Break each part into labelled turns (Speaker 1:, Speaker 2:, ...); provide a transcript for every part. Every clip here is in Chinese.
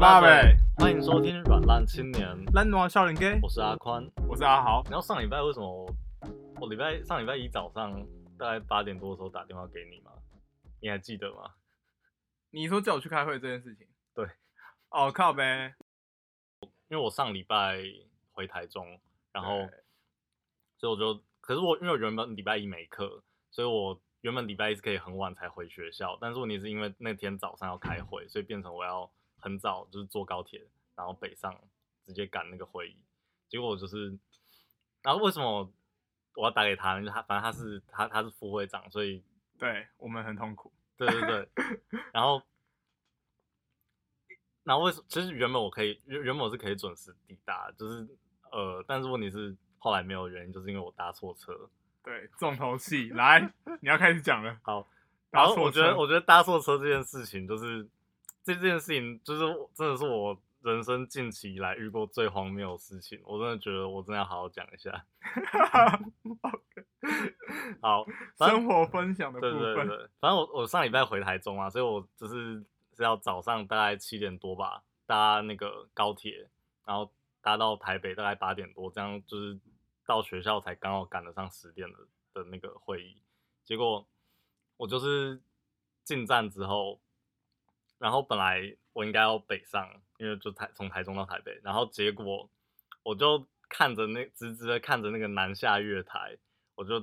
Speaker 1: 八呗，
Speaker 2: 欢迎收听《软烂青年》，
Speaker 1: 蓝暖少年啊 gay，
Speaker 2: 我是阿宽。
Speaker 1: 我是阿豪。
Speaker 2: 然后上礼拜为什么我我礼拜上礼拜一早上大概八点多的时候打电话给你嘛？你还记得吗？
Speaker 1: 你说叫我去开会这件事情，
Speaker 2: 对，
Speaker 1: 哦靠呗，
Speaker 2: 因为我上礼拜回台中，然后
Speaker 1: 对
Speaker 2: 所以我就，可是我因为我原本礼拜一没课，所以我原本礼拜一是可以很晚才回学校，但是问题是因为那天早上要开会，所以变成我要很早就是坐高铁，然后北上直接赶那个会议，结果我就是，然后为什么我要打给他呢？就他反正他是他他是副会长，所以
Speaker 1: 对我们很痛苦，
Speaker 2: 对对对，然后，然后为什其实原本我可以原原本我是可以准时抵达，就是呃，但是问题是后来没有原因，就是因为我搭错车。
Speaker 1: 对，重头戏来，你要开始讲了，
Speaker 2: 好，然
Speaker 1: 搭
Speaker 2: 后
Speaker 1: 错
Speaker 2: 我觉
Speaker 1: 车，
Speaker 2: 得我觉得搭错车这件事情，就是这件事情，就是我真的是我人生近期以来遇过最荒谬的事情。我真的觉得我真的要好好讲一 下。 好， 反正
Speaker 1: 生活分享的部
Speaker 2: 对对
Speaker 1: 分，
Speaker 2: 对，反正我我上礼拜回台中啊，所以我就是是要早上大概七点多吧，搭那个高铁，然后搭到台北大概八点多，这样就是到学校才刚好赶得上十点的的那个会议。结果我就是进站之后，然后本来我应该要北上，因为就台从台中到台北，然后结果我就看着那直直的看着那个南下月台，我就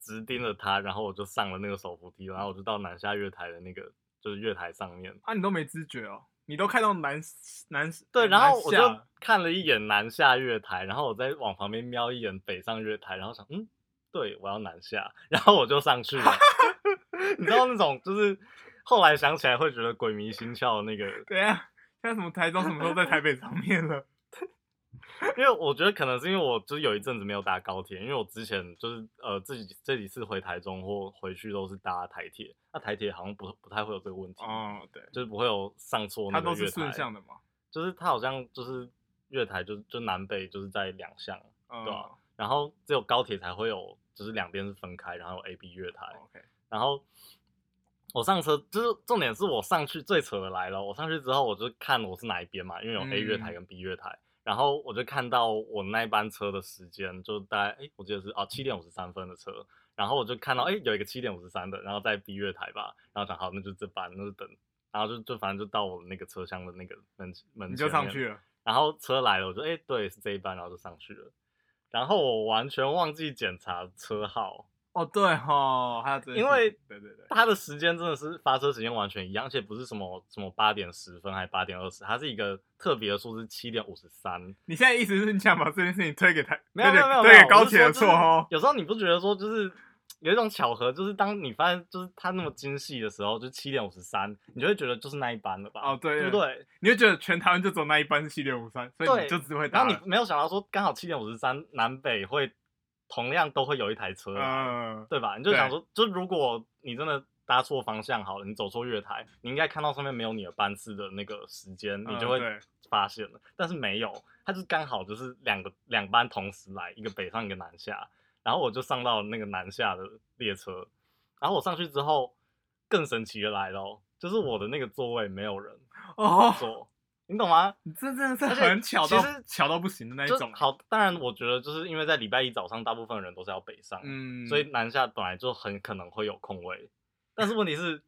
Speaker 2: 直盯着它，然后我就上了那个手扶梯，然后我就到南下月台的那个就是月台上面。
Speaker 1: 啊，你都没知觉哦，你都看到南南
Speaker 2: 对，然后我
Speaker 1: 哎南下
Speaker 2: 就看了一眼南下月台，然后我再往旁边瞄一眼北上月台，然后想，嗯，对我要南下， 然后我就上去了。 你知道那种就是后来想起来会觉得鬼迷心窍的那个，
Speaker 1: 等一下，现在什么台中什么时候在台北上 面了？
Speaker 2: 因为我觉得可能是因为我就是有一阵子没有搭高铁，因为我之前就是呃自己这几次回台中或回去都是搭台铁，那台铁好像不不太会有这个问题，
Speaker 1: 哦，对，
Speaker 2: 就是不会有上错那
Speaker 1: 它
Speaker 2: 个
Speaker 1: 都
Speaker 2: 月台，
Speaker 1: 是顺向的嘛，
Speaker 2: 就是它好像就是月台就就南北就是在两项，
Speaker 1: 嗯
Speaker 2: 对啊然后只有高铁才会有，就是两边是分开，然后有 A、B 月台。
Speaker 1: 嗯，OK，
Speaker 2: 然后我上车，就是重点是我上去最扯的来了。我上去之后，我就看我是哪一边嘛，因为有 A 月台
Speaker 1: 嗯
Speaker 2: 跟 B 月台。然后我就看到我那一班车的时间，就大概哎，我记得是啊七点五十三分的车。然后我就看到哎有一个七点五十三的，然后在 B 月台吧，然后想好那就这班，那就等。然后就就反正就到我那个车厢的那个门门，
Speaker 1: 你就上去了，
Speaker 2: 然后车来了，我就哎、诶对，是这一班，然后就上去了。然后我完全忘记检查车号，
Speaker 1: 哦，对哈，还有这件
Speaker 2: 因
Speaker 1: 事
Speaker 2: 为
Speaker 1: 情对对对，
Speaker 2: 它的时间真的是发车时间完全一样，而且不是什么什么八点十分还八点二十，它是一个特别的数字七点五十三。
Speaker 1: 你现在意思是你想把这件事情推给台，
Speaker 2: 没有没
Speaker 1: 推
Speaker 2: 有
Speaker 1: 给
Speaker 2: 没有，没有
Speaker 1: 推给高铁的
Speaker 2: 我是说
Speaker 1: 错
Speaker 2: 就是
Speaker 1: 哦。
Speaker 2: 有时候你不觉得说就是有一种巧合，就是当你发现就是它那么精细的时候，就七点五十三，你就会觉得就是那一班了吧？
Speaker 1: 哦对
Speaker 2: 对不啊对？
Speaker 1: 你会觉得全台湾就走那一班是系列五三，所以
Speaker 2: 对啊
Speaker 1: 你就只会
Speaker 2: 然
Speaker 1: 打
Speaker 2: 后你
Speaker 1: 了。
Speaker 2: 没有想到说刚好七点五十三南北会同样都会有一台车来。
Speaker 1: 嗯，
Speaker 2: 对吧？你就想
Speaker 1: 对
Speaker 2: 说，就如果你真的搭错方向好了，你走错月台，你应该看到上面没有你的班次的那个时间，你
Speaker 1: 嗯
Speaker 2: 就会
Speaker 1: 对
Speaker 2: 发现了。但是没有，它就刚好就是两个两班同时来，一个北上一个南下，然后我就上到那个南下的列车，然后我上去之后，更神奇的来了哦，就是我的那个座位没有人
Speaker 1: 哦，
Speaker 2: 坐，你懂吗？
Speaker 1: 你这真的是
Speaker 2: 而且
Speaker 1: 很巧到
Speaker 2: 其实
Speaker 1: 巧到不行的那一
Speaker 2: 就
Speaker 1: 种。
Speaker 2: 好，当然我觉得就是因为在礼拜一早上，大部分人都是要北上，
Speaker 1: 嗯，
Speaker 2: 所以南下本来就很可能会有空位，但是问题是，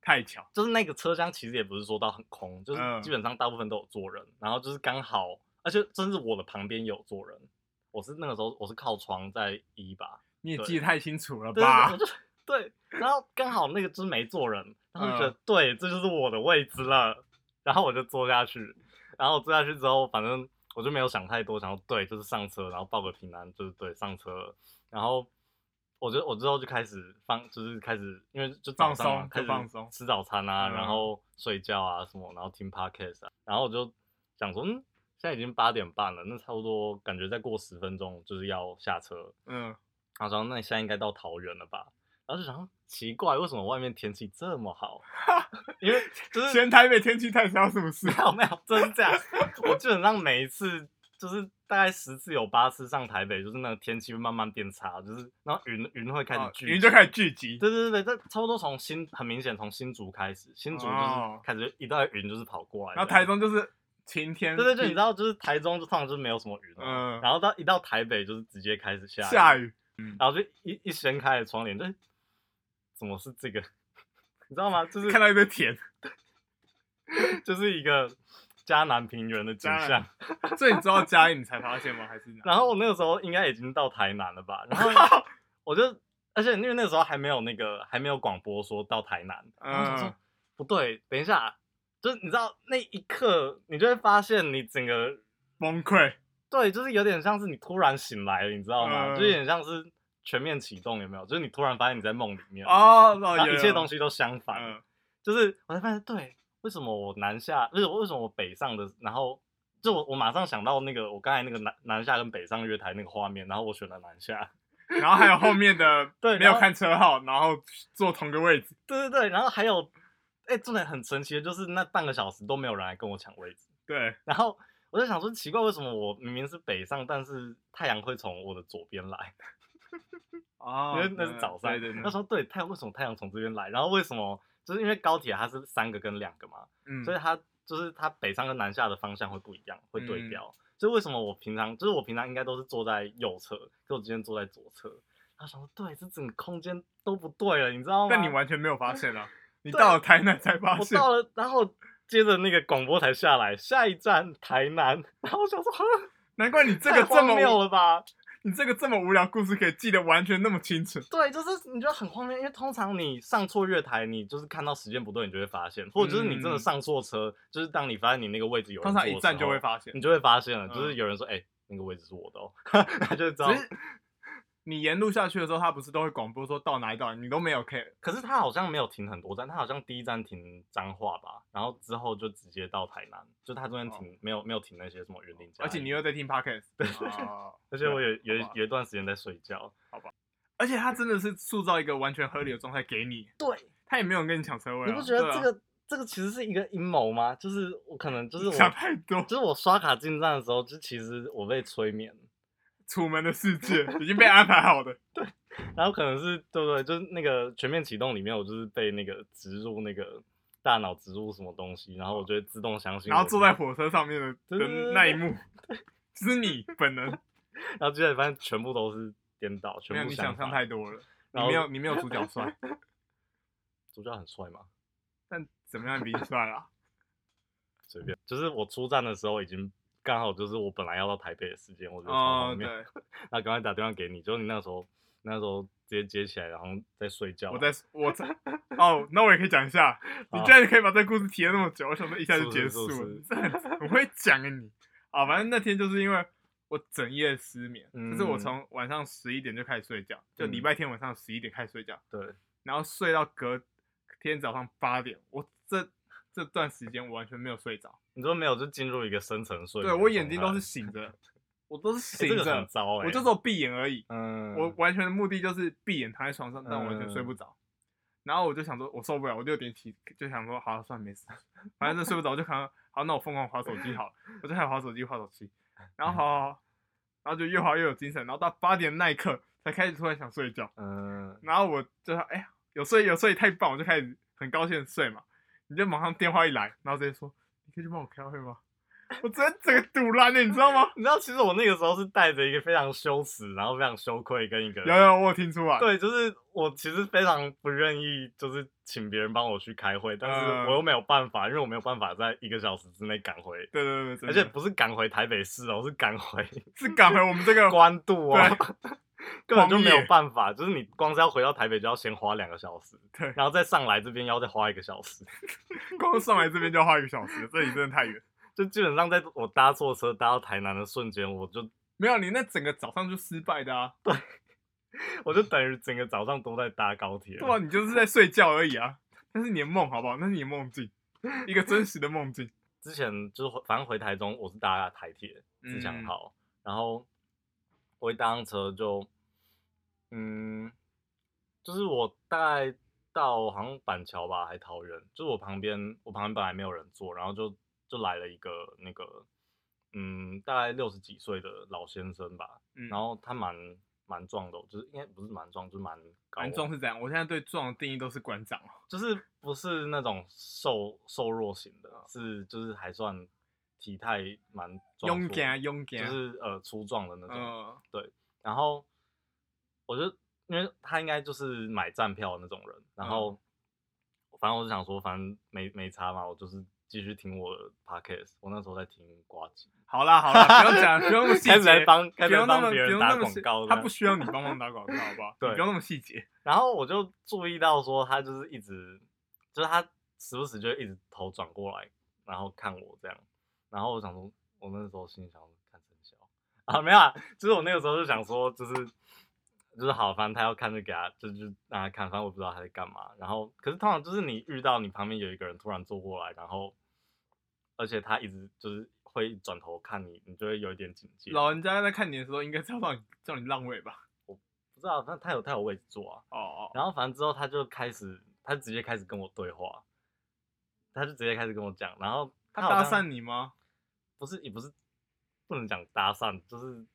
Speaker 1: 太巧，
Speaker 2: 就是那个车厢其实也不是说到很空，就是
Speaker 1: 嗯
Speaker 2: 基本上大部分都有坐人，然后就是刚好，而且甚至我的旁边也有坐人，我是那个时候我是靠窗在一吧，
Speaker 1: 你也
Speaker 2: 对
Speaker 1: 记得太清楚了
Speaker 2: 对，对对
Speaker 1: 吧
Speaker 2: 我？就对，然后刚好那个就是没坐人，然后就觉得、
Speaker 1: 嗯
Speaker 2: 对，这就是我的位置了，然后我就坐下去，然后我坐下去之后，反正我就没有想太多，想说对，就是上车，然后报个平安，就是对上车了，然后我就我之后就开始放，就是开始因为就早上嘛
Speaker 1: 放松
Speaker 2: 开始
Speaker 1: 就放松
Speaker 2: 吃早餐啊，
Speaker 1: 嗯
Speaker 2: 然后睡觉啊什么，然后听 podcast 啊，然后我就想说嗯。现在已经八点半了，那差不多感觉再过十分钟就是要下车了
Speaker 1: 嗯，
Speaker 2: 他说：“那你现在应该到桃园了吧？”然后就想说奇怪，为什么外面天气这么好？因为就是
Speaker 1: 全台北天气太差，是不是
Speaker 2: 没？有没有，真是这样。我基本上每一次就是大概十次有八次上台北，就是那个天气会慢慢变差，就是然后云云会开始
Speaker 1: 哦
Speaker 2: 聚集，
Speaker 1: 云就开始聚集，
Speaker 2: 对对对对，这差不多从新很明显从新竹开始，新竹就是
Speaker 1: 哦
Speaker 2: 开始一大堆云就是跑过来，
Speaker 1: 然后台，中就是晴天，
Speaker 2: 对对对，你知道就是台中就通常就是没有什么云、啊，
Speaker 1: 嗯
Speaker 2: 然后到一到台北就是直接开始下
Speaker 1: 下
Speaker 2: 雨，
Speaker 1: 雨，
Speaker 2: 然后就一一掀开的窗帘，就哎怎么是这个， 你知道吗？就是
Speaker 1: 看到一堆田，
Speaker 2: 就是一个迦南平原的景
Speaker 1: 迦南
Speaker 2: 象。
Speaker 1: 所以你知道嘉义你才发现吗？还是哪
Speaker 2: 然后我那个时候应该已经到台南了吧， 然后我就，而且因为那个时候还没有那个还没有广播说到台南，然后我想说、
Speaker 1: 嗯
Speaker 2: 不对，等一下，就是你知道那一刻你就会发现你整个
Speaker 1: 崩溃？
Speaker 2: 对，就是有点像是你突然醒来了，你知道吗？
Speaker 1: 嗯
Speaker 2: 就有点像是全面启动，有没有？就是你突然发现你在梦里面，
Speaker 1: 哦，
Speaker 2: 然
Speaker 1: 哦
Speaker 2: 后
Speaker 1: 有
Speaker 2: 一切
Speaker 1: 有
Speaker 2: 东西都相反，
Speaker 1: 嗯
Speaker 2: 就是我才发现，对，为什么我南下，为什么为什么我北上的，然后就我我马上想到那个我刚才那个南南下跟北上月台那个画面，然后我选了南下，
Speaker 1: 然后还有后面的
Speaker 2: 对
Speaker 1: 没
Speaker 2: 然
Speaker 1: 有
Speaker 2: 后
Speaker 1: 看车号，然后坐同个位置，
Speaker 2: 对对对，然后还有，哎，重点很神奇的就是那半个小时都没有人来跟我抢位置，
Speaker 1: 对，
Speaker 2: 然后我就想说奇怪，为什么我明明是北上，但是太阳会从我的左边来，
Speaker 1: 哦嗯
Speaker 2: 因为那是早上，
Speaker 1: 对对
Speaker 2: 那
Speaker 1: 对
Speaker 2: 时，候对太阳为什么太阳从这边来，然后为什么就是因为高铁它是三个跟两个嘛，
Speaker 1: 嗯
Speaker 2: 所以它就是它北上跟南下的方向会不一样，会对
Speaker 1: 嗯
Speaker 2: 标。所以为什么我平常就是我平常应该都是坐在右侧，可我今天坐在左侧。然后想说，对，这整个空间都不对了，你知道吗？
Speaker 1: 但你完全没有发现啊，你
Speaker 2: 对
Speaker 1: 到了台南才发
Speaker 2: 我
Speaker 1: 现，
Speaker 2: 到了，然后接着那个广播台下来，下一站台南。然后我想说，哈
Speaker 1: 难怪你这
Speaker 2: 太
Speaker 1: 个这
Speaker 2: 荒谬
Speaker 1: 么
Speaker 2: 了吧？
Speaker 1: 你这个这么无聊故事可以记得完全那么清楚，
Speaker 2: 对，就是你觉得很荒谬，因为通常你上错月台，你就是看到时间不对，你就会发现，或者就是你真的
Speaker 1: 嗯
Speaker 2: 上错车，就是当你发现你那个位置有人
Speaker 1: 通常一
Speaker 2: 坐的
Speaker 1: 站
Speaker 2: 时
Speaker 1: 就会
Speaker 2: 候
Speaker 1: 发现
Speaker 2: 你。就会发现了，就是
Speaker 1: 嗯
Speaker 2: 有人说，哎、那个位置是我的哦， 他就知道
Speaker 1: 只。是你沿路下去的时候，他不是都会广播说到哪一段，你都没有 care。
Speaker 2: 可是他好像没有停很多站，他好像第一站停彰化吧，然后之后就直接到台南，就他中间停、没有没有停那些什么园林家。
Speaker 1: 而且你又在听 podcast，哦
Speaker 2: 而且我有有
Speaker 1: 好吧
Speaker 2: 有一段时间在睡觉，
Speaker 1: 而且他真的是塑造一个完全合理的状态给你，
Speaker 2: 对，
Speaker 1: 他也没有人跟你抢车位、啊，
Speaker 2: 你不觉得
Speaker 1: 对啊
Speaker 2: 这个、这个其实是一个阴谋吗？就是我可能就是我
Speaker 1: 想太多？
Speaker 2: 就是我刷卡进站的时候，就其实我被催眠，
Speaker 1: 楚门的世界已经被安排好的，
Speaker 2: 然后可能是对不对？就是那个全面启动里面，我就是被那个植入那个大脑植入什么东西，然后我就会自动相信我自己。
Speaker 1: 然后坐在火车上面的
Speaker 2: 对
Speaker 1: 的
Speaker 2: 对对
Speaker 1: 那一幕， 是你本人，
Speaker 2: 然后接下来发现全部都是颠倒，
Speaker 1: 没有
Speaker 2: 全部
Speaker 1: 你想象
Speaker 2: 法
Speaker 1: 太多了，你
Speaker 2: 然后
Speaker 1: 没有你没有主角帅，
Speaker 2: 主角很帅嘛，
Speaker 1: 但怎么样比你帅 啊？
Speaker 2: 随便。就是我出站的时候已经刚好就是我本来要到台北的时间，我觉得超
Speaker 1: 哦
Speaker 2: 荒，谬。
Speaker 1: 对，
Speaker 2: 那赶快打电话给你，就你那时候那时候直接接起来，然后在睡觉啊。
Speaker 1: 我在我在哦，那我也可以讲一下，你
Speaker 2: 好
Speaker 1: 居然可以把这个故事提了那么久，我想说一下就结
Speaker 2: 啊是
Speaker 1: 束
Speaker 2: 是
Speaker 1: 了，
Speaker 2: 是
Speaker 1: 你真的很很会讲啊你啊！反正那天就是因为我整夜失眠，
Speaker 2: 嗯
Speaker 1: 就是我从晚上十一点就开始睡觉，就
Speaker 2: 嗯
Speaker 1: 礼拜天晚上十一点开始睡觉，
Speaker 2: 对，
Speaker 1: 然后睡到隔天早上八点，我这这段时间我完全没有睡着，
Speaker 2: 你说没有就进入一个深层睡眠
Speaker 1: 对
Speaker 2: 状态。
Speaker 1: 我眼睛都是 醒着，我都是
Speaker 2: 欸这
Speaker 1: 醒
Speaker 2: 个很
Speaker 1: 着，
Speaker 2: 糟哎、
Speaker 1: 我就说我闭眼而已，
Speaker 2: 嗯，
Speaker 1: 我完全的目的就是闭眼躺在床上，但我完全睡不
Speaker 2: 嗯
Speaker 1: 着。然后我就想说，我受不了，我六点起就想说，好，算了没事，反正就睡不着，我就想，好，那我疯狂划手机好了，我就开始划手机，划手机，然后好好好，然后就越划越有精神，然后到八点那一刻才开始突然想睡觉，
Speaker 2: 嗯，
Speaker 1: 然后我就哎、呀，有睡有睡太棒，我就开始很高兴的睡嘛，你就马上电话一来，然后直接说，你可以去帮我开会吗？ 我直接整个堵烂的，你知道吗？
Speaker 2: 你知道，其实我那个时候是带着一个非常羞耻，然后非常羞愧跟一个
Speaker 1: 有有，我有听出来，
Speaker 2: 对，就是我其实非常不愿意，就是请别人帮我去开会，但是
Speaker 1: 嗯
Speaker 2: 我又没有办法，因为我没有办法在一个小时之内赶回，
Speaker 1: 对对对对，
Speaker 2: 而且不是赶回台北市哦，是赶 回
Speaker 1: 是赶回我们这 个
Speaker 2: 关渡哦，根本就没
Speaker 1: 荒
Speaker 2: 有
Speaker 1: 野
Speaker 2: 办法，就是你光是要回到台北就要先花两个小时，
Speaker 1: 对
Speaker 2: 然后再上来这边要再花一个小时，
Speaker 1: 光上来这边就要花一个小时，这里真的太远。
Speaker 2: 就基本上在我搭错车搭到台南的瞬间，我就
Speaker 1: 没有，你那整个早上就失败的啊！
Speaker 2: 我就等于整个早上都在搭高铁，
Speaker 1: 对啊，你就是在睡觉而已啊。那是你的梦，好不好？那是你的梦境，一个真实的梦境。
Speaker 2: 之前就是回反正回台中，我是搭台铁自强
Speaker 1: 嗯
Speaker 2: 号，然后我一搭上车就，嗯，就是我大概到好像板桥吧，还桃园，就是我旁边我旁边本来没有人坐，然后就就来了一个那个嗯，大概六十几岁的老先生吧，
Speaker 1: 嗯，
Speaker 2: 然后他蛮蛮壮的哦，就是应该不是蛮壮，就是蛮高
Speaker 1: 蛮
Speaker 2: 哦
Speaker 1: 壮是怎样？我现在对壮的定义都是馆长哦，
Speaker 2: 就是不是那种瘦瘦弱型的，啊是就是还算体态蛮壮
Speaker 1: 勇
Speaker 2: 硕
Speaker 1: 敢啊勇
Speaker 2: 就
Speaker 1: 敢，
Speaker 2: 是嗯呃粗壮的那种。
Speaker 1: 呃，
Speaker 2: 然后我就因为他应该就是买站票的那种人，然
Speaker 1: 嗯
Speaker 2: 后、反正我就想说，反正没没差嘛，我就是继续听我的 podcast。我那时候在听瓜机，
Speaker 1: 好啦好啦，不用讲，不用那么 细
Speaker 2: 开始来
Speaker 1: 节
Speaker 2: 帮开始
Speaker 1: 不
Speaker 2: 来
Speaker 1: 用那
Speaker 2: 帮
Speaker 1: 么
Speaker 2: 别
Speaker 1: 不
Speaker 2: 人
Speaker 1: 用
Speaker 2: 打
Speaker 1: 那么
Speaker 2: 广
Speaker 1: 细
Speaker 2: 告，
Speaker 1: 他不需要你帮忙打广 告，好不好？
Speaker 2: 对
Speaker 1: 你不用那么细节。
Speaker 2: 然后我就注意到说，他就是一直，就是他时不时就会一直头转过来，然后看我这样。然后我想说，我那时候心里想说，看真笑啊，没有啊，就是我那个时候就想说，就是就是好，反正他要看就给他，就就让他看，反正我不知道他在干嘛。然后，可是通常就是你遇到你旁边有一个人突然坐过来，然后而且他一直就是会转头看你，你就会有一点警戒。
Speaker 1: 老人家在看你的时候，应该知道你叫你让位吧？
Speaker 2: 不知道，但他有他有位置坐啊。
Speaker 1: 哦哦，
Speaker 2: 然后反正之后他就开始，他直接开始跟我对话，他就直接开始跟我讲，然后
Speaker 1: 他
Speaker 2: 好
Speaker 1: 搭
Speaker 2: 像
Speaker 1: 讪你吗？
Speaker 2: 不是也不是不能讲搭讪，就是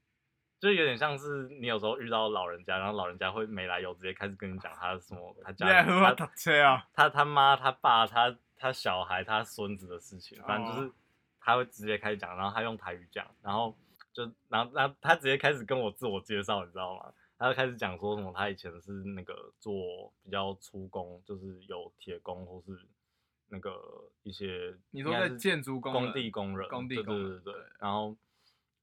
Speaker 2: 就有点像是你有时候遇到老人家，然后老人家会没来由直接开始跟你讲他什么他
Speaker 1: 你
Speaker 2: 家
Speaker 1: 来
Speaker 2: 里
Speaker 1: 和我
Speaker 2: 他
Speaker 1: 搭车啊？
Speaker 2: 他他妈他爸他他小孩他孙子的事情，反正就
Speaker 1: 哦
Speaker 2: 是他会直接开始讲，然后他用台语讲，然后就然后然后他直接开始跟我自我介绍，你知道吗？他就开始讲说什么他以前是那个做比较粗工，就是有铁工或是那个一些
Speaker 1: 你说
Speaker 2: 应该
Speaker 1: 在
Speaker 2: 是
Speaker 1: 建筑工
Speaker 2: 工
Speaker 1: 人
Speaker 2: 地工人
Speaker 1: 工地
Speaker 2: 对
Speaker 1: 工
Speaker 2: 对
Speaker 1: 人
Speaker 2: 对对
Speaker 1: 对，
Speaker 2: 然后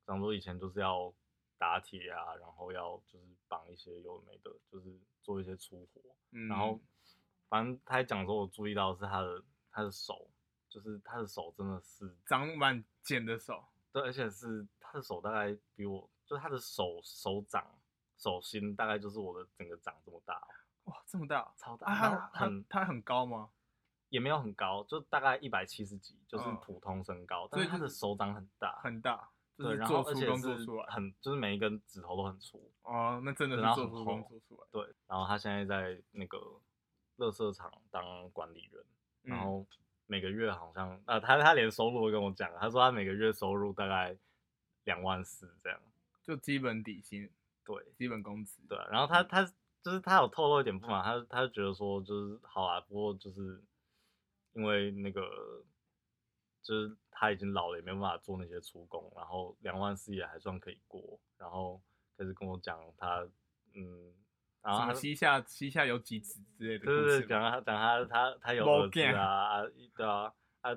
Speaker 2: 想说以前就是要打铁啊，然后要就是绑一些有的没的，就是做一些粗活，
Speaker 1: 嗯，
Speaker 2: 然后反正他在讲的时候，我注意到的是他的他的手，就是他的手真的是，
Speaker 1: 长满茧的手，
Speaker 2: 对，而且是他的手大概比我，就是他的手手掌手心大概就是我的整个掌这么大哦，
Speaker 1: 哇，这么大
Speaker 2: 超大，
Speaker 1: 啊！
Speaker 2: 然后
Speaker 1: 他他
Speaker 2: 很
Speaker 1: 他很高吗？
Speaker 2: 也没有很高，就大概一百七十几，就是
Speaker 1: 嗯
Speaker 2: 普通身高，
Speaker 1: 所
Speaker 2: 但
Speaker 1: 以
Speaker 2: 是他
Speaker 1: 就
Speaker 2: 的
Speaker 1: 是
Speaker 2: 手掌很大，
Speaker 1: 很大，就
Speaker 2: 对，
Speaker 1: 是
Speaker 2: 然后
Speaker 1: 做
Speaker 2: 而
Speaker 1: 出
Speaker 2: 且
Speaker 1: 工做啊
Speaker 2: 是
Speaker 1: 出来。
Speaker 2: 很就是每一根指头都很粗，
Speaker 1: 哦，那真的是
Speaker 2: 然后
Speaker 1: 做
Speaker 2: 很
Speaker 1: 出工
Speaker 2: 厚
Speaker 1: 做出来。
Speaker 2: 对，然后他现在在那个乐色场当管理员。然
Speaker 1: 嗯
Speaker 2: 后每个月好像啊，他他连收入都跟我讲了，他说他每个月收入大概两万四这样，
Speaker 1: 就基本底薪、
Speaker 2: 对
Speaker 1: 基本工资。
Speaker 2: 对啊、然后
Speaker 1: 嗯
Speaker 2: 他他就是他有透露一点不满，他他就觉得说就是好啊，不过就是因为那个就是他已经老了，也没办法做那些出工，然后两万四也还算可以过，然后开始跟我讲他嗯，然后他
Speaker 1: 什么
Speaker 2: 就
Speaker 1: 西夏西夏有几子之类的故
Speaker 2: 对对
Speaker 1: 事
Speaker 2: 对，
Speaker 1: 吗
Speaker 2: 讲他讲他他他有
Speaker 1: 没
Speaker 2: 儿子
Speaker 1: 见
Speaker 2: 啊，啊对啊啊，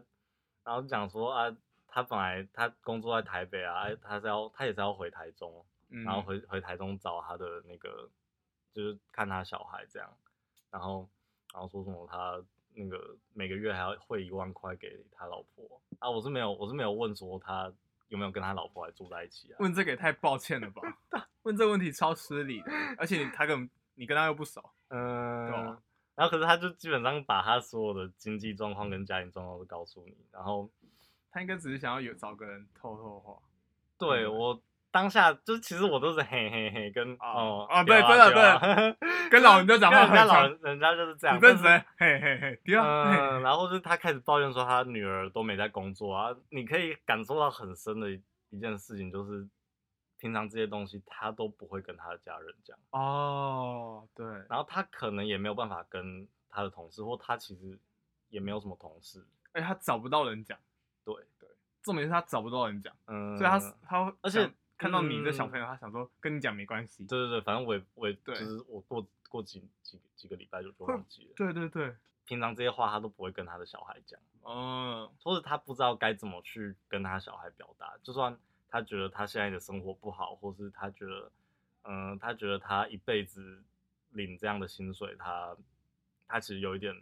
Speaker 2: 然后讲说啊，他本来他工作在台北啊，啊他是要他也是要回台中，
Speaker 1: 嗯
Speaker 2: 然后回回台中找他的那个就是看他小孩这样，然后然后说什么他那个每个月还要汇一万块给他老婆啊，我是没有我是没有问说他有没有跟他老婆还住在一起啊，
Speaker 1: 问这个也太抱歉了吧？问这个问题超失礼的，而且你他跟你跟他又不熟，
Speaker 2: 嗯，
Speaker 1: 对吧
Speaker 2: 然后可是他就基本上把他所有的经济状况跟家庭状况都告诉你，然后
Speaker 1: 他应该只是想要有找个人透透话。
Speaker 2: 对、
Speaker 1: 嗯
Speaker 2: 我当下就是其实我都是嘿嘿嘿跟
Speaker 1: 啊
Speaker 2: 哦
Speaker 1: 啊
Speaker 2: 丢
Speaker 1: 对真的
Speaker 2: 丢啊
Speaker 1: 跟老人家讲话
Speaker 2: 跟人家
Speaker 1: 很
Speaker 2: 老
Speaker 1: 常
Speaker 2: 人人家就是这样，
Speaker 1: 你认
Speaker 2: 但是
Speaker 1: 真，嘿嘿嘿，第二，
Speaker 2: 嗯，然后就是他开始抱怨说他女儿都没在工作啊，你可以感受到很深的一一件事情，就是平常这些东西他都不会跟他的家人讲。
Speaker 1: 哦，对，
Speaker 2: 然后他可能也没有办法跟他的同事，或他其实也没有什么同事，
Speaker 1: 而且哎他找不到人讲，
Speaker 2: 对，
Speaker 1: 重点是他找不到人讲，
Speaker 2: 嗯，
Speaker 1: 所以他他
Speaker 2: 而且
Speaker 1: 想看到你这小
Speaker 2: 嗯
Speaker 1: 朋友，他想说跟你讲没关系。
Speaker 2: 对对对，反正我也我也就
Speaker 1: 对
Speaker 2: 是我过过几几几个礼拜就就
Speaker 1: 会
Speaker 2: 忘记了，
Speaker 1: 对对对，
Speaker 2: 平常这些话他都不会跟他的小孩讲，
Speaker 1: 嗯，
Speaker 2: 或者他不知道该怎么去跟他小孩表达，就算他觉得他现在的生活不好，或是他觉得，嗯、他觉得他一辈子领这样的薪水，他他其实有一点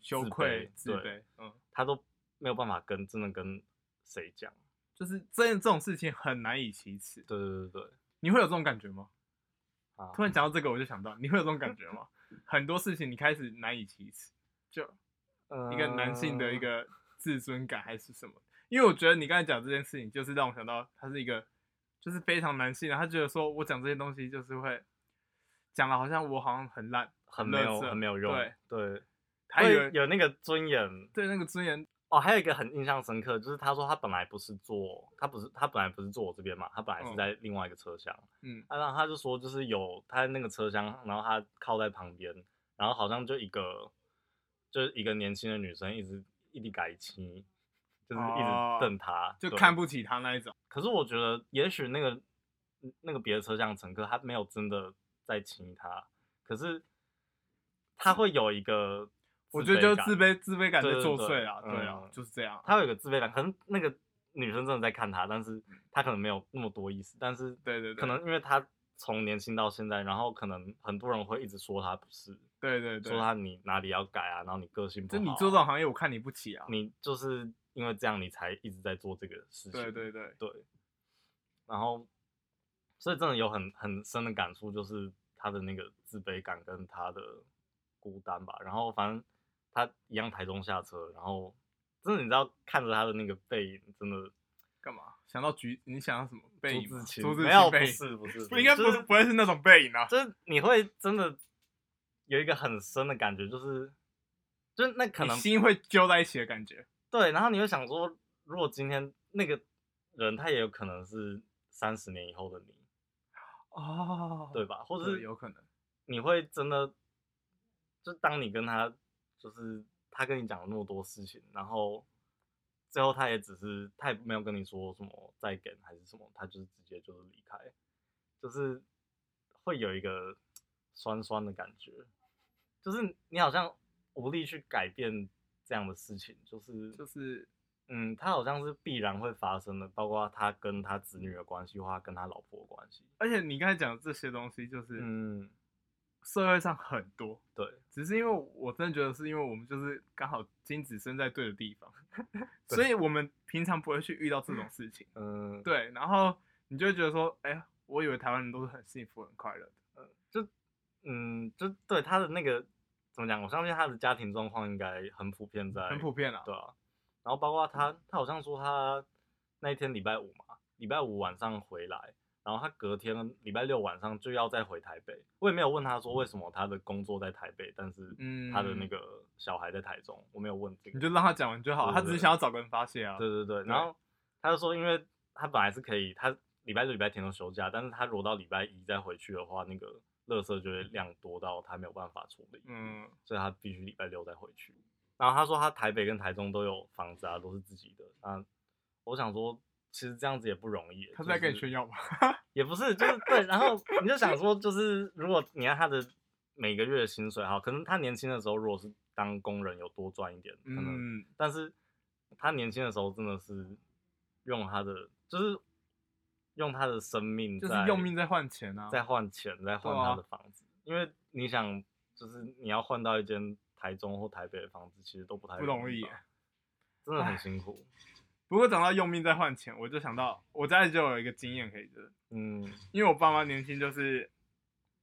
Speaker 1: 羞
Speaker 2: 自
Speaker 1: 愧
Speaker 2: 卑
Speaker 1: 自
Speaker 2: 对
Speaker 1: 卑，嗯，
Speaker 2: 他都没有办法跟真的跟谁讲。
Speaker 1: 就是这这种事情很难以启齿。
Speaker 2: 对对对对，
Speaker 1: 你会有这种感觉吗？
Speaker 2: 啊，
Speaker 1: 突然讲到这个，我就想到，你会有这种感觉 吗？很多事情你开始难以启齿，就一个男性的一
Speaker 2: 啊呃，
Speaker 1: 个自尊感还是什么？因为我觉得你刚才讲这件事情，就是让我想到他是一个，就是非常男性的，他觉得说我讲这些东西就是会讲的好像我好像很烂，
Speaker 2: 很没有
Speaker 1: 垃圾
Speaker 2: 很没有用，
Speaker 1: 对，
Speaker 2: 对，
Speaker 1: 他以
Speaker 2: 会
Speaker 1: 为
Speaker 2: 有那个尊严，
Speaker 1: 对那个尊严
Speaker 2: 哦，还有一个很印象深刻，就是他说他本来不是坐，他不是他本来不是坐我这边嘛，他本来
Speaker 1: 嗯
Speaker 2: 是在另外一个车厢。
Speaker 1: 嗯，
Speaker 2: 啊，然后他就说，就是有他那个车厢，然后他靠在旁边，然后好像就一个，就是一个年轻的女生一直一直改期，就是一
Speaker 1: 哦
Speaker 2: 直瞪他，
Speaker 1: 就
Speaker 2: 对
Speaker 1: 看。不起他那一种。
Speaker 2: 可是我觉得，也许那个嗯那个别的车厢乘客他没有真的在亲他，可是他会有一个，
Speaker 1: 我觉得就是
Speaker 2: 自
Speaker 1: 自卑，自卑感在
Speaker 2: 对对
Speaker 1: 作
Speaker 2: 对
Speaker 1: 祟啊，对啊，
Speaker 2: 嗯
Speaker 1: 就是这样。
Speaker 2: 他有一个自卑感，可能那个女生真的在看他，但是他可能没有那么多意思，但是
Speaker 1: 对对对
Speaker 2: 可能因为他从年轻到现在，然后可能很多人会一直说他不是，
Speaker 1: 对对对
Speaker 2: 说，他你哪里要改啊，然后你个性不
Speaker 1: 就
Speaker 2: 好、啊，
Speaker 1: 你做这种行业，我看你不起啊。
Speaker 2: 你就是因为这样你才一直在做这个事情，
Speaker 1: 对对对，
Speaker 2: 对，然后所以真的有很很深的感触，就是他的那个自卑感跟他的孤单吧。然后反正他一样台中下车，然后真的你知道看着他的那个背影，真的
Speaker 1: 干嘛？想到橘，你想到什么背
Speaker 2: 朱
Speaker 1: 影吗？
Speaker 2: 自清
Speaker 1: 朱自
Speaker 2: 没有
Speaker 1: 清背
Speaker 2: 不
Speaker 1: 影，
Speaker 2: 是不是，
Speaker 1: 不应该不
Speaker 2: 就是
Speaker 1: 不会是那种背影啊。
Speaker 2: 就是你会真的有一个很深的感觉，就是就是那可
Speaker 1: 你
Speaker 2: 能
Speaker 1: 心会揪在一起的感觉。
Speaker 2: 对，然后你会想说，如果今天那个人他也有可能是三十年以后的你，
Speaker 1: 哦，
Speaker 2: 对吧？或者
Speaker 1: 对
Speaker 2: 是
Speaker 1: 有可能
Speaker 2: 你会真的，就当你跟他就是他跟你讲了那么多事情，然后最后他也只是他也没有跟你说什么再给还是什么，他就是直接就是离开，就是会有一个酸酸的感觉，就是你好像无力去改变这样的事情，就是
Speaker 1: 就是
Speaker 2: 嗯，他好像是必然会发生的，包括他跟他子女的关系，或他跟他老婆的关系，
Speaker 1: 而且你刚才讲的这些东西，就是
Speaker 2: 嗯，
Speaker 1: 社会上很多，
Speaker 2: 对，
Speaker 1: 只是因为我真的觉得是因为我们就是刚好精子生在对的地方，所以我们平常不会去遇到这 种事情。
Speaker 2: 嗯，
Speaker 1: 对，然后你就会觉得说，哎、呀，我以为台湾人都是很幸福、很快乐的。
Speaker 2: 嗯，就对他的那个怎么讲？我相信他的家庭状况应该很普遍在，
Speaker 1: 很普嗯遍啊
Speaker 2: 对啊。然后包括他，他好像说他那一天礼拜五嘛，礼拜五晚上回来，然后他隔天礼拜六晚上就要再回台北。我也没有问他说为什么他的工作在台北，但是他的那
Speaker 1: 嗯
Speaker 2: 个小孩在台中，我没有问这个。
Speaker 1: 你就让他讲完就好，
Speaker 2: 对
Speaker 1: 他只是
Speaker 2: 对
Speaker 1: 想要找个人发泄啊。
Speaker 2: 对对对，
Speaker 1: 对
Speaker 2: 然后他就说，因为他本来是可以，他礼拜六、礼拜天都休假，但是他如果到礼拜一再回去的话，那个垃圾就会量多到他没有办法处理，
Speaker 1: 嗯，
Speaker 2: 所以他必须礼拜六再回去。然后他说他台北跟台中都有房子啊，都是自己的。那我想说，其实这样子也不容易耶。
Speaker 1: 他是在跟你炫
Speaker 2: 耀。
Speaker 1: 耀吗？
Speaker 2: 也不是，就是对。然后你就想说，就是如果你看他的每个月的薪水哈，可能他年轻的时候如果是当工人有多赚一点，可能
Speaker 1: 嗯，
Speaker 2: 但是他年轻的时候真的是用他的，就是用他的生命
Speaker 1: 就
Speaker 2: 在，
Speaker 1: 是用命在换钱啊。
Speaker 2: 在换钱，在换
Speaker 1: 对啊
Speaker 2: 他的房子，因为你想，就是你要换到一间台中或台北的房子，其实都不太
Speaker 1: 不容易
Speaker 2: 吧
Speaker 1: 耶
Speaker 2: 真的
Speaker 1: 唉
Speaker 2: 很辛苦。
Speaker 1: 不过讲到用命在换钱，我就想到我家里就有一个经验可以就是，
Speaker 2: 嗯，
Speaker 1: 因为我爸妈年轻就是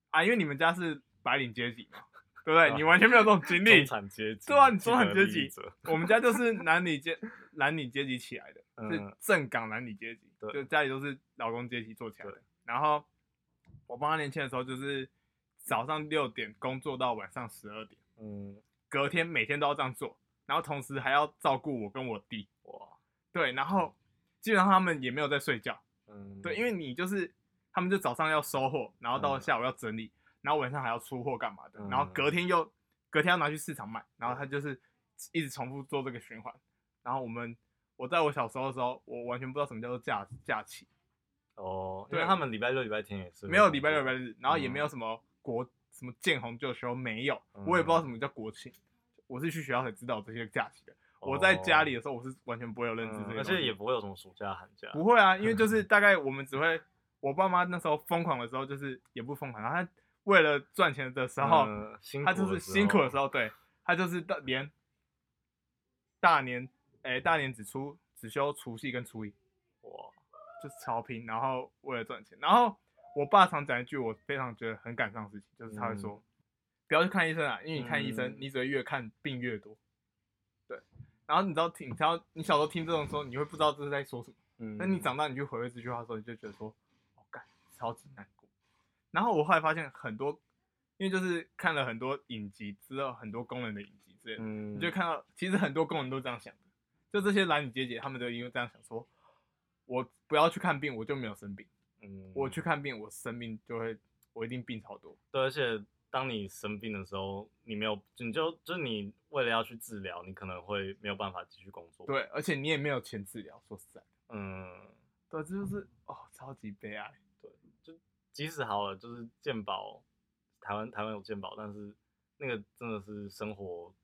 Speaker 1: 啊，因为你们家是白领阶级嘛，对不对？
Speaker 2: 啊
Speaker 1: 你完全没有这种经历
Speaker 2: 中。产阶级，
Speaker 1: 对啊你
Speaker 2: 既
Speaker 1: 中产
Speaker 2: 得
Speaker 1: 阶
Speaker 2: 利益
Speaker 1: 级
Speaker 2: 者
Speaker 1: 我们家就是男女阶男女阶级起来的，
Speaker 2: 嗯
Speaker 1: 是正港男女阶级，
Speaker 2: 对
Speaker 1: 就家里都是劳工阶级做起来的
Speaker 2: 对。
Speaker 1: 然后我爸妈年轻的时候就是早上六点工作到晚上十二点，
Speaker 2: 嗯，
Speaker 1: 隔天每天都要这样做，然后同时还要照顾我跟我弟。
Speaker 2: 哇，
Speaker 1: 对，然后基本上他们也没有在睡觉，
Speaker 2: 嗯，
Speaker 1: 对，因为你就是他们就早上要收货，然后到
Speaker 2: 嗯
Speaker 1: 下午要整理，然后晚上还要出货干嘛的，
Speaker 2: 嗯
Speaker 1: 然后隔天又隔天要拿去市场卖，然后他就是一直重复做这个循环。然后我们我在我小时候的时候，我完全不知道什么叫做假假期，
Speaker 2: 哦，因为
Speaker 1: 对
Speaker 2: 他们礼拜六、礼拜天也是
Speaker 1: 没有
Speaker 2: 会
Speaker 1: 礼拜六、礼
Speaker 2: 工
Speaker 1: 拜
Speaker 2: 作，
Speaker 1: 日，然后也没有
Speaker 2: 嗯
Speaker 1: 什么国、什么见红就休，没有，我也不知道什么叫国庆，我是去学校才知道这些假期的。我在家里的时候，我是完全不会有认知这
Speaker 2: 哦嗯
Speaker 1: 些东
Speaker 2: 而
Speaker 1: 西，
Speaker 2: 且也不会有什么暑假、寒假，
Speaker 1: 不会啊，因为 就是大概我们只会，我爸妈那时候疯狂的时候，就是也不疯狂，然后他为了赚钱的时候，
Speaker 2: 嗯辛苦
Speaker 1: 他就是辛苦的时候，对他就是到连大年，哎、大年只出只休除夕跟初一，
Speaker 2: 候，哇，
Speaker 1: 就是超拼，然后为了赚钱，然后我爸常讲一句我非常觉得很感伤的事情，就是他会说，不要去看医生啊，因为你看医生，
Speaker 2: 嗯
Speaker 1: 你只会越看病越多，对，然后你知道听，你知道你小时候听这种时候，你会不知道这是在说什么。
Speaker 2: 嗯，
Speaker 1: 那你长大你就回味这句话的时候，你就觉得说，哦，干，超级难过。然后我后来发现很多，因为就是看了很多影集之后，很多工人的影集之类的，
Speaker 2: 嗯，
Speaker 1: 你就看到其实很多工人都这样想的，就这些男女姐姐，他们都因为这样想说，我不要去看病，我就没有生病；
Speaker 2: 嗯，
Speaker 1: 我去看病，我生病就会，我一定病超多。
Speaker 2: 对，而且当你生病的时候，你没有，你就就是你为了要去治疗，你可能会没有办法继续工作。，
Speaker 1: 对，而且你也没有钱治疗，说实在的，
Speaker 2: 嗯，
Speaker 1: 对，这就是哦，超级悲哀。
Speaker 2: 即使好了，就是健保，台湾台湾有健保，但是那个真的是生活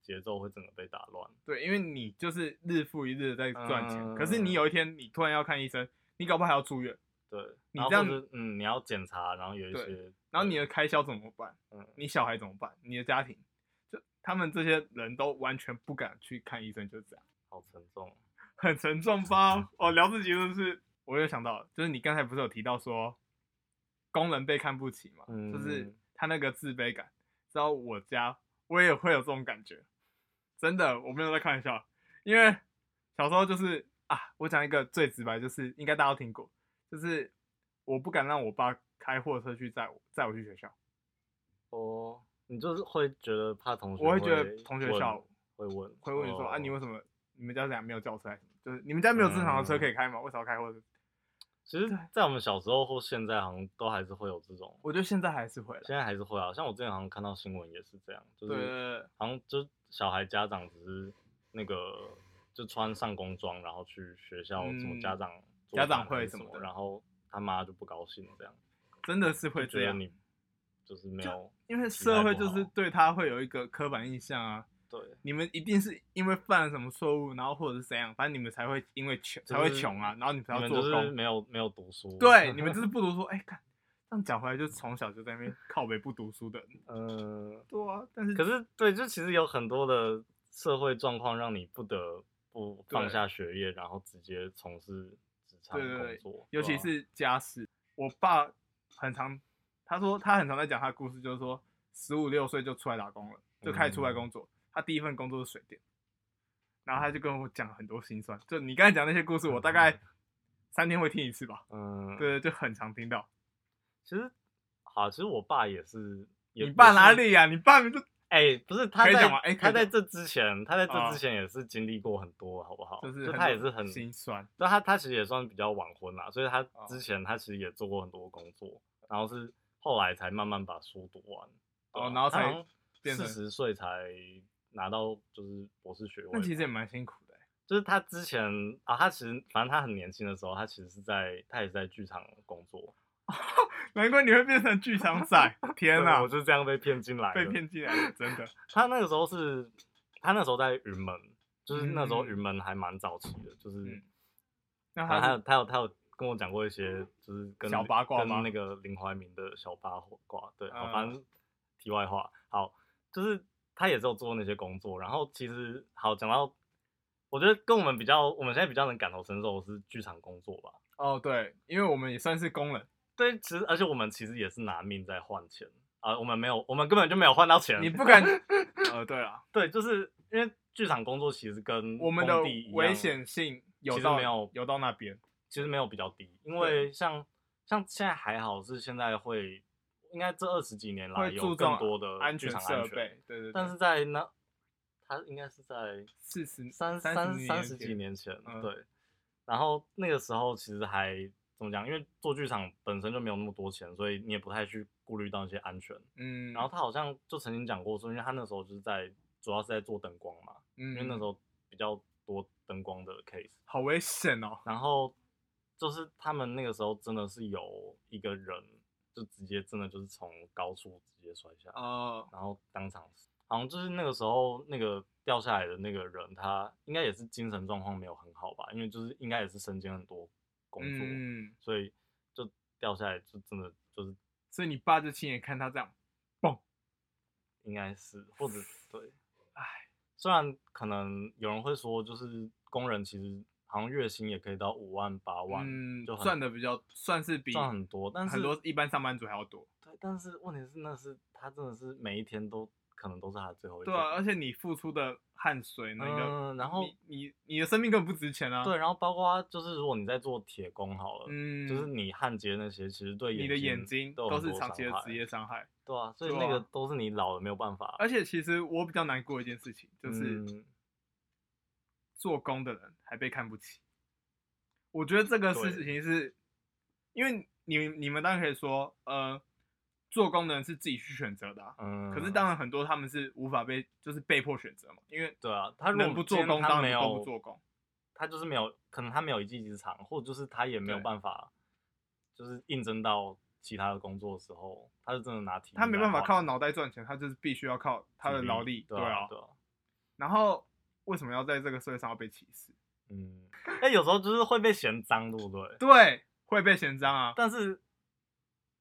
Speaker 2: 节奏会整个被打乱。
Speaker 1: 对，因为你就是日复一日地在赚钱，
Speaker 2: 嗯
Speaker 1: 可是你有一天你突然要看医生，你搞不好还要住院，
Speaker 2: 对，
Speaker 1: 你
Speaker 2: 然后
Speaker 1: 这样
Speaker 2: 或者嗯，你要检查，然后有一
Speaker 1: 对
Speaker 2: 些，
Speaker 1: 然后你的开销怎么办？
Speaker 2: 嗯
Speaker 1: 你小孩怎么办？你的家庭，就他们这些人都完全不敢去看医生，就是这样，
Speaker 2: 好沉重。
Speaker 1: 很沉重
Speaker 2: 嗯
Speaker 1: 吧？哦，聊自己就是，我又想到了，就是你刚才不是有提到说，工人被看不起嘛，就是
Speaker 2: 嗯
Speaker 1: 他那个自卑感，知道我家我也会有这种感觉，真的，我没有在开玩笑，因为小时候就是啊，我讲一个最直白，就是应该大家都听过，就是我不敢让我爸开货车去载我载我去学校。
Speaker 2: 哦，你就是会觉得怕同学，
Speaker 1: 我会觉得同学笑
Speaker 2: 笑会问，
Speaker 1: 会问你说、啊，你
Speaker 2: 哦
Speaker 1: 为什么你们家怎样没有轿车还是什么？就是你们家没有正常的车
Speaker 2: 嗯
Speaker 1: 可以开吗？为啥要开货车？
Speaker 2: 其实，在我们小时候或现在，好像都还是会有这种，
Speaker 1: 我觉得现在还是会了。
Speaker 2: 现在还是会啊。像我之前好像看到新闻也是这样，就
Speaker 1: 对对
Speaker 2: 是
Speaker 1: 对，对
Speaker 2: 好像就是小孩家长只是那个就穿上工装，然后去学校什么家
Speaker 1: 嗯
Speaker 2: 长座
Speaker 1: 家长
Speaker 2: 谈还
Speaker 1: 会
Speaker 2: 是
Speaker 1: 什
Speaker 2: 什
Speaker 1: 么的
Speaker 2: 然后他妈就不高兴这样，
Speaker 1: 真的是会
Speaker 2: 就
Speaker 1: 这
Speaker 2: 觉得
Speaker 1: 样，
Speaker 2: 你就是没
Speaker 1: 就
Speaker 2: 有
Speaker 1: 因为
Speaker 2: 体态
Speaker 1: 社会
Speaker 2: 不
Speaker 1: 就是
Speaker 2: 好
Speaker 1: 对他会有一个刻板印象啊。
Speaker 2: 对。
Speaker 1: 你们一定是因为犯了什么错误，然后或者是怎样，反正你们才会因为穷
Speaker 2: 就
Speaker 1: 才会
Speaker 2: 是
Speaker 1: 穷啊，然后你们才
Speaker 2: 你
Speaker 1: 要
Speaker 2: 们
Speaker 1: 做
Speaker 2: 就是
Speaker 1: 工。
Speaker 2: 没有没有读书，
Speaker 1: 对，你们就是不读书。哎，看这样讲回来，就从小就在那边靠北不读书的人。
Speaker 2: 嗯，
Speaker 1: 对啊，但是
Speaker 2: 可是对，就其实有很多的社会状况让你不得不放
Speaker 1: 对
Speaker 2: 下学业，然后直接从事职场
Speaker 1: 对对
Speaker 2: 工
Speaker 1: 对
Speaker 2: 作，
Speaker 1: 尤其
Speaker 2: 啊
Speaker 1: 是家事。我爸很常，他说他很常在讲他的故事，就是说十五六岁就出来打工了，就开始出来
Speaker 2: 嗯
Speaker 1: 工作。他第一份工作是水电，然后
Speaker 2: 嗯
Speaker 1: 他就跟我讲很多心酸。就你刚才讲那些故事，我大概三天会听一次吧。
Speaker 2: 欸嗯，，
Speaker 1: 对，就很常听到。
Speaker 2: 其实好，其实我爸也是，也
Speaker 1: 你爸
Speaker 2: 也是
Speaker 1: 哪里呀、你爸就
Speaker 2: 哎、不是他
Speaker 1: 可以
Speaker 2: 在
Speaker 1: 讲吗哎可以
Speaker 2: 他在
Speaker 1: 讲
Speaker 2: 这之前，他在这
Speaker 1: 啊
Speaker 2: 之前也是经历过很多，好不好？
Speaker 1: 就是
Speaker 2: 就
Speaker 1: 很
Speaker 2: 他也
Speaker 1: 多
Speaker 2: 是很，
Speaker 1: 心酸。
Speaker 2: 就他他其实也算比较晚婚啦，所以他
Speaker 1: 哦
Speaker 2: 之前他其实也做过很多工作，然后是后来才慢慢把书读完，对
Speaker 1: 哦
Speaker 2: 啊
Speaker 1: 然后
Speaker 2: 他
Speaker 1: 才
Speaker 2: 好像
Speaker 1: 变成
Speaker 2: 四十岁才拿到就是博士学位吧。
Speaker 1: 那其实也蛮辛苦的、
Speaker 2: 就是他之前啊，他其实反正他很年轻的时候，他其实是在他也是在剧场工作。
Speaker 1: 难怪你会变成剧 场仔。天
Speaker 2: 对
Speaker 1: 哪、
Speaker 2: 我就是这样被骗进来的。
Speaker 1: 被骗进来的，真 的。
Speaker 2: 他那个时候是，他那时候在云门，就是那时候
Speaker 1: 嗯
Speaker 2: 云门还蛮早期的，就是、
Speaker 1: 嗯那
Speaker 2: 反正他
Speaker 1: 他
Speaker 2: 有他有他有跟我讲过一些，就是跟
Speaker 1: 小八卦
Speaker 2: 跟
Speaker 1: 吗
Speaker 2: 那个林怀民的小八卦，对，好
Speaker 1: 嗯
Speaker 2: 反正题外话，好，就是他也只有做那些工作，然后其实好讲到，我觉得跟我们比较，我们现在比较能感同身受的是剧场工作吧。
Speaker 1: 哦对，因为我们也算是工人，
Speaker 2: 对，其实而且我们其实也是拿命在换钱啊、我们没有，我们根本就没有换到钱。
Speaker 1: 你 不敢。呃，对啊，
Speaker 2: 对，就是因为剧场工作其实跟
Speaker 1: 我们的
Speaker 2: 工地一样
Speaker 1: 危险性有
Speaker 2: 其实
Speaker 1: 到
Speaker 2: 没有
Speaker 1: 有到那边，
Speaker 2: 其实没有比较低，因
Speaker 1: 对
Speaker 2: 为像像现在还好是现在会，应该这二十几年来
Speaker 1: 会
Speaker 2: 有
Speaker 1: 注
Speaker 2: 更
Speaker 1: 重
Speaker 2: 多的呃
Speaker 1: 安
Speaker 2: 剧
Speaker 1: 全
Speaker 2: 场
Speaker 1: 设
Speaker 2: 安全，
Speaker 1: 备。对对对，
Speaker 2: 但是在那，他应该是在
Speaker 1: 四十
Speaker 2: 三
Speaker 1: 嗯三
Speaker 2: 三三十几
Speaker 1: 前，
Speaker 2: 年前，
Speaker 1: 嗯
Speaker 2: 对。然后那个时候其实还怎么讲？因为做剧场本身就没有那么多钱，所以你也不太去顾虑到一些安全。
Speaker 1: 嗯，
Speaker 2: 然后他好像就曾经讲过说，因为他那时候就是在主要是在做灯光嘛，
Speaker 1: 因
Speaker 2: 因为那时候比较多灯光的 case，
Speaker 1: 嗯好危险哦，
Speaker 2: 然后就是他们那个时候真的是有一个人就直接真的就是从高处直接摔下来，
Speaker 1: 哦，
Speaker 2: 然后当场死好像就是那个时候那个掉下来的那个人，他应该也是精神状况没有很好吧，因为就是应该也是身兼很多工作，
Speaker 1: 嗯，
Speaker 2: 所以就掉下来就真的就是
Speaker 1: 所以你爸就亲眼看他这样，
Speaker 2: 应该是，或者对，唉，虽然可能有人会说，就是工人其实好像月薪也可以到五万八万，
Speaker 1: 嗯
Speaker 2: 就，很
Speaker 1: 赚的比较算是比
Speaker 2: 赚很多，但是
Speaker 1: 很多一般上班族还要多，
Speaker 2: 对，但是问题是那是他真的是每一天都可能都是他的最后一
Speaker 1: 对
Speaker 2: 天，
Speaker 1: 啊，而且你付出的汗水，那个，
Speaker 2: 嗯，然后
Speaker 1: 你你你的生命根本不值钱啊，
Speaker 2: 对，，然后包括就是如果你在做铁工好了。
Speaker 1: 嗯，
Speaker 2: 就是你焊接那些，其实对
Speaker 1: 你的眼睛
Speaker 2: 睛都有
Speaker 1: 都
Speaker 2: 很
Speaker 1: 是
Speaker 2: 多
Speaker 1: 长期的
Speaker 2: 伤害
Speaker 1: 职业伤害。
Speaker 2: 对啊，所以
Speaker 1: 对
Speaker 2: 那个
Speaker 1: 啊哎
Speaker 2: 都是你老了没有办法，
Speaker 1: 而且其实我比较难过的一件事情，就是
Speaker 2: 嗯
Speaker 1: 做工的人还被看不起。我觉得这个
Speaker 2: 对
Speaker 1: 事情是，因为你你们当然可以说，呃，做工的人是自己去选择的、啊，
Speaker 2: 嗯，
Speaker 1: 可是当然很多他们是无法被就是被迫选择嘛，因为
Speaker 2: 对啊，他如
Speaker 1: 能
Speaker 2: 果
Speaker 1: 不做
Speaker 2: 今天
Speaker 1: 工
Speaker 2: 他
Speaker 1: 当
Speaker 2: 没
Speaker 1: 然都
Speaker 2: 有
Speaker 1: 不做工，
Speaker 2: 他就是没有，可能他没有一技之长，或者就是他也没有
Speaker 1: 对
Speaker 2: 办法，就是应征到其他的工作的时候，他就真的拿体力
Speaker 1: 他没
Speaker 2: 来
Speaker 1: 办法
Speaker 2: 换
Speaker 1: 靠脑袋赚钱，他就是必须要靠他
Speaker 2: 体
Speaker 1: 的劳力，
Speaker 2: 对
Speaker 1: 啊。
Speaker 2: 对啊，
Speaker 1: 然后为什么要在这个社会上要被歧视？
Speaker 2: 嗯，哎，有时候就是会被嫌脏，对不对？
Speaker 1: 对，会被嫌脏啊，
Speaker 2: 但是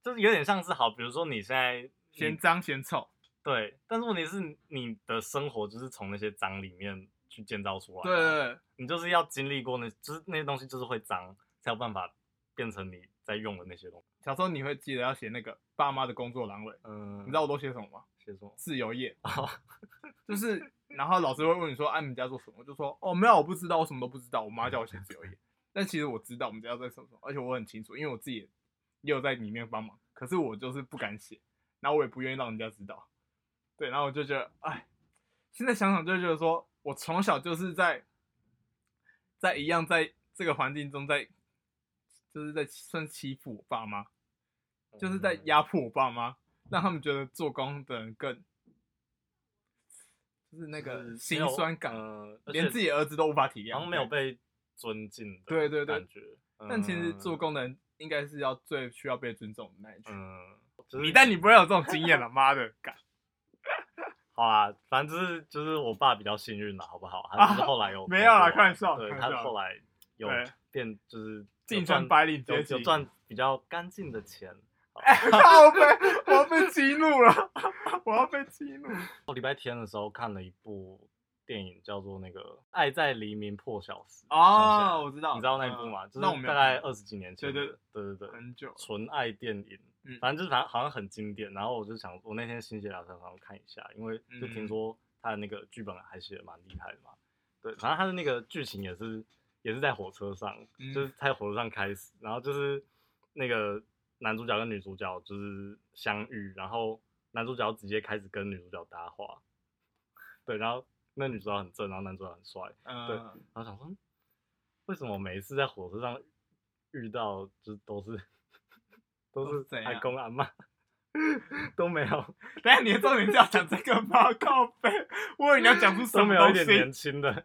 Speaker 2: 就是有点像是好，比如说你现在
Speaker 1: 嫌
Speaker 2: 你
Speaker 1: 脏嫌臭。
Speaker 2: 对，但是问题是你的生活就是从那些脏里面去建造出来的
Speaker 1: 对
Speaker 2: 啊，
Speaker 1: 对对，
Speaker 2: 你就是要经历过那，就是那些东西就是会脏，才有办法变成你在用的那些东西。
Speaker 1: 小时候你会记得要写那个爸妈的工作栏尾，
Speaker 2: 嗯，
Speaker 1: 你知道我都写什么吗？
Speaker 2: 写什么？
Speaker 1: 自由业， 就是然后老师会问你说，哎、啊，你们家做什么？我就说哦，没有，我不知道，我什么都不知道，我妈叫我写自由业，但其实我知道我们家在什么，而且我很清楚，因为我自己也也有在里面帮忙，可是我就是不敢写，然后我也不愿意让人家知道，对，然后我就觉得，哎，现在想想就觉得说，我从小就是在在一样在这个环境中在，就是在算欺负我爸妈，
Speaker 2: 嗯
Speaker 1: 就是在压迫我爸妈，让他们觉得做工的人更，就是那
Speaker 2: 就
Speaker 1: 个
Speaker 2: 是
Speaker 1: 心
Speaker 2: 没有
Speaker 1: 酸感，
Speaker 2: 嗯，而
Speaker 1: 连
Speaker 2: 且
Speaker 1: 自己儿子都无法体谅，
Speaker 2: 好像没有被尊敬的，
Speaker 1: 对对对
Speaker 2: 感觉。
Speaker 1: 但其实做
Speaker 2: 嗯，
Speaker 1: 工的人应该是要最需要被尊重的那一群。
Speaker 2: 嗯，就是
Speaker 1: 你但你不会有这种经 验了，妈的，干
Speaker 2: 好啦，反正就是就是我爸比较幸运了，好不好？他就是后来有
Speaker 1: 啊 没有啦
Speaker 2: 工作
Speaker 1: 开玩笑
Speaker 2: 对
Speaker 1: 开玩
Speaker 2: 他
Speaker 1: 笑
Speaker 2: 后来有
Speaker 1: 对
Speaker 2: 变，就是
Speaker 1: 进
Speaker 2: 赚
Speaker 1: 城白领
Speaker 2: 有
Speaker 1: 阶级
Speaker 2: 有，赚比较干净的钱。
Speaker 1: 靠背，我要被激怒了，我要被激怒。
Speaker 2: 我礼拜天的时候看了一部电影，叫做那个《爱在黎明破晓时》想起来
Speaker 1: 哦，
Speaker 2: 了
Speaker 1: 我知道，
Speaker 2: 你知道那一部
Speaker 1: 嗯
Speaker 2: 吗？就
Speaker 1: 那我
Speaker 2: 是
Speaker 1: 没
Speaker 2: 大
Speaker 1: 有
Speaker 2: 概
Speaker 1: 看过
Speaker 2: 二十几年前的，
Speaker 1: 对
Speaker 2: 对
Speaker 1: 对
Speaker 2: 对对，
Speaker 1: 很久了
Speaker 2: 纯爱电影，
Speaker 1: 嗯
Speaker 2: 反正就是它好像很经典。然后我就想，我那天心血来潮想要看一下，因为就听
Speaker 1: 嗯
Speaker 2: 说他的那个剧本还写的蛮厉害的嘛。对，反正他的那个剧情也是也是在火车上，
Speaker 1: 嗯
Speaker 2: 就是在火车上开始，然后就是那个男主角跟女主角就是相遇，然后男主角直接开始跟女主角搭话，对，然后那女主角很正，然后男主角很帅，对
Speaker 1: 嗯，
Speaker 2: 然后想说，嗯为什么每一次在火车上遇到，就是都是都
Speaker 1: 都是
Speaker 2: 是
Speaker 1: 怎
Speaker 2: 阿
Speaker 1: 样
Speaker 2: 公阿妈，都没有
Speaker 1: 等一下你的重点是要讲这个吗？靠背，我以为你要讲出什
Speaker 2: 都没
Speaker 1: 么
Speaker 2: 有一
Speaker 1: 东
Speaker 2: 点
Speaker 1: 西
Speaker 2: 年，轻 的。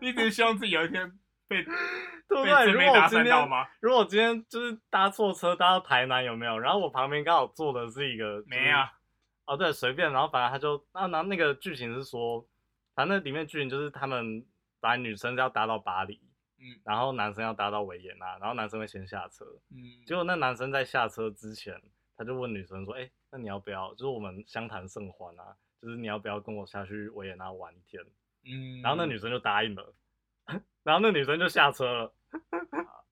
Speaker 1: 你只是希望自己有一天被
Speaker 2: 对不
Speaker 1: 被
Speaker 2: 对？
Speaker 1: 真
Speaker 2: 如
Speaker 1: 没
Speaker 2: 果我
Speaker 1: 搭
Speaker 2: 今
Speaker 1: 讪到
Speaker 2: 天
Speaker 1: 吗？
Speaker 2: 如果我今天就是搭错车搭到台南有没有？然后我旁边刚好坐的是一个就是
Speaker 1: 没啊，
Speaker 2: 哦对，随便，然后反正他就啊，然后那个剧情是说，反正里面剧情就是他们把女生要搭到巴黎，
Speaker 1: 嗯
Speaker 2: 然后男生要搭到维也纳，然后男生会先下车，
Speaker 1: 嗯，
Speaker 2: 结果那男生在下车之前，他就问女生说：“哎、那你要不要？就是我们相谈甚欢啊，就是你要不要跟我下去维也纳玩一天？”
Speaker 1: 嗯，
Speaker 2: 然后那女生就答应了， 然后那女生就下车了，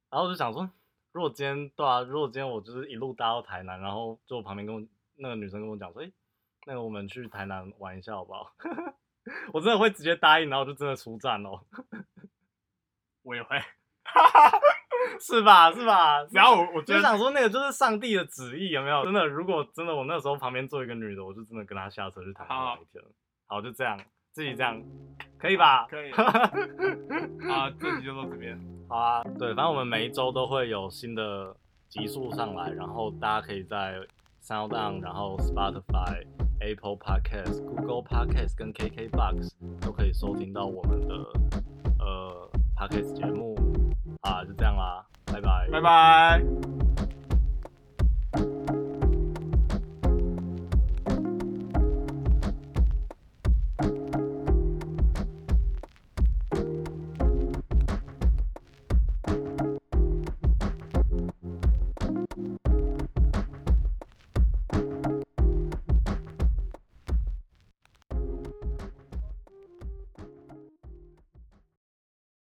Speaker 2: 然后我就想说，如果今天对啊，如果今天我就是一路搭到台南，然后就我旁边跟我那个女生跟我讲说：“哎、那个我们去台南玩一下好不好？” 我真的会直接答应，然后就真的出站哦，
Speaker 1: 我也 会，
Speaker 2: 是吧？是吧？
Speaker 1: 然后我我觉
Speaker 2: 就
Speaker 1: 得
Speaker 2: 想说那个就是上帝的旨意，有没有？真的，如果真的我那时候旁边坐一个女的，我就真的跟她下车去谈
Speaker 1: 好
Speaker 2: 那一天。好，就这样，自己这样，可以吧？
Speaker 1: 可以啊，这集就到这边，
Speaker 2: 好啊， 对，反正我们每一周都会有新的集数上来，然后大家可以在 Sound On，然后 Spotify、Apple Podcast、Google Podcast 跟 KK Box 都可以收听到我们的呃 Podcast 节目。啊，就这样啦，拜拜，
Speaker 1: 拜拜。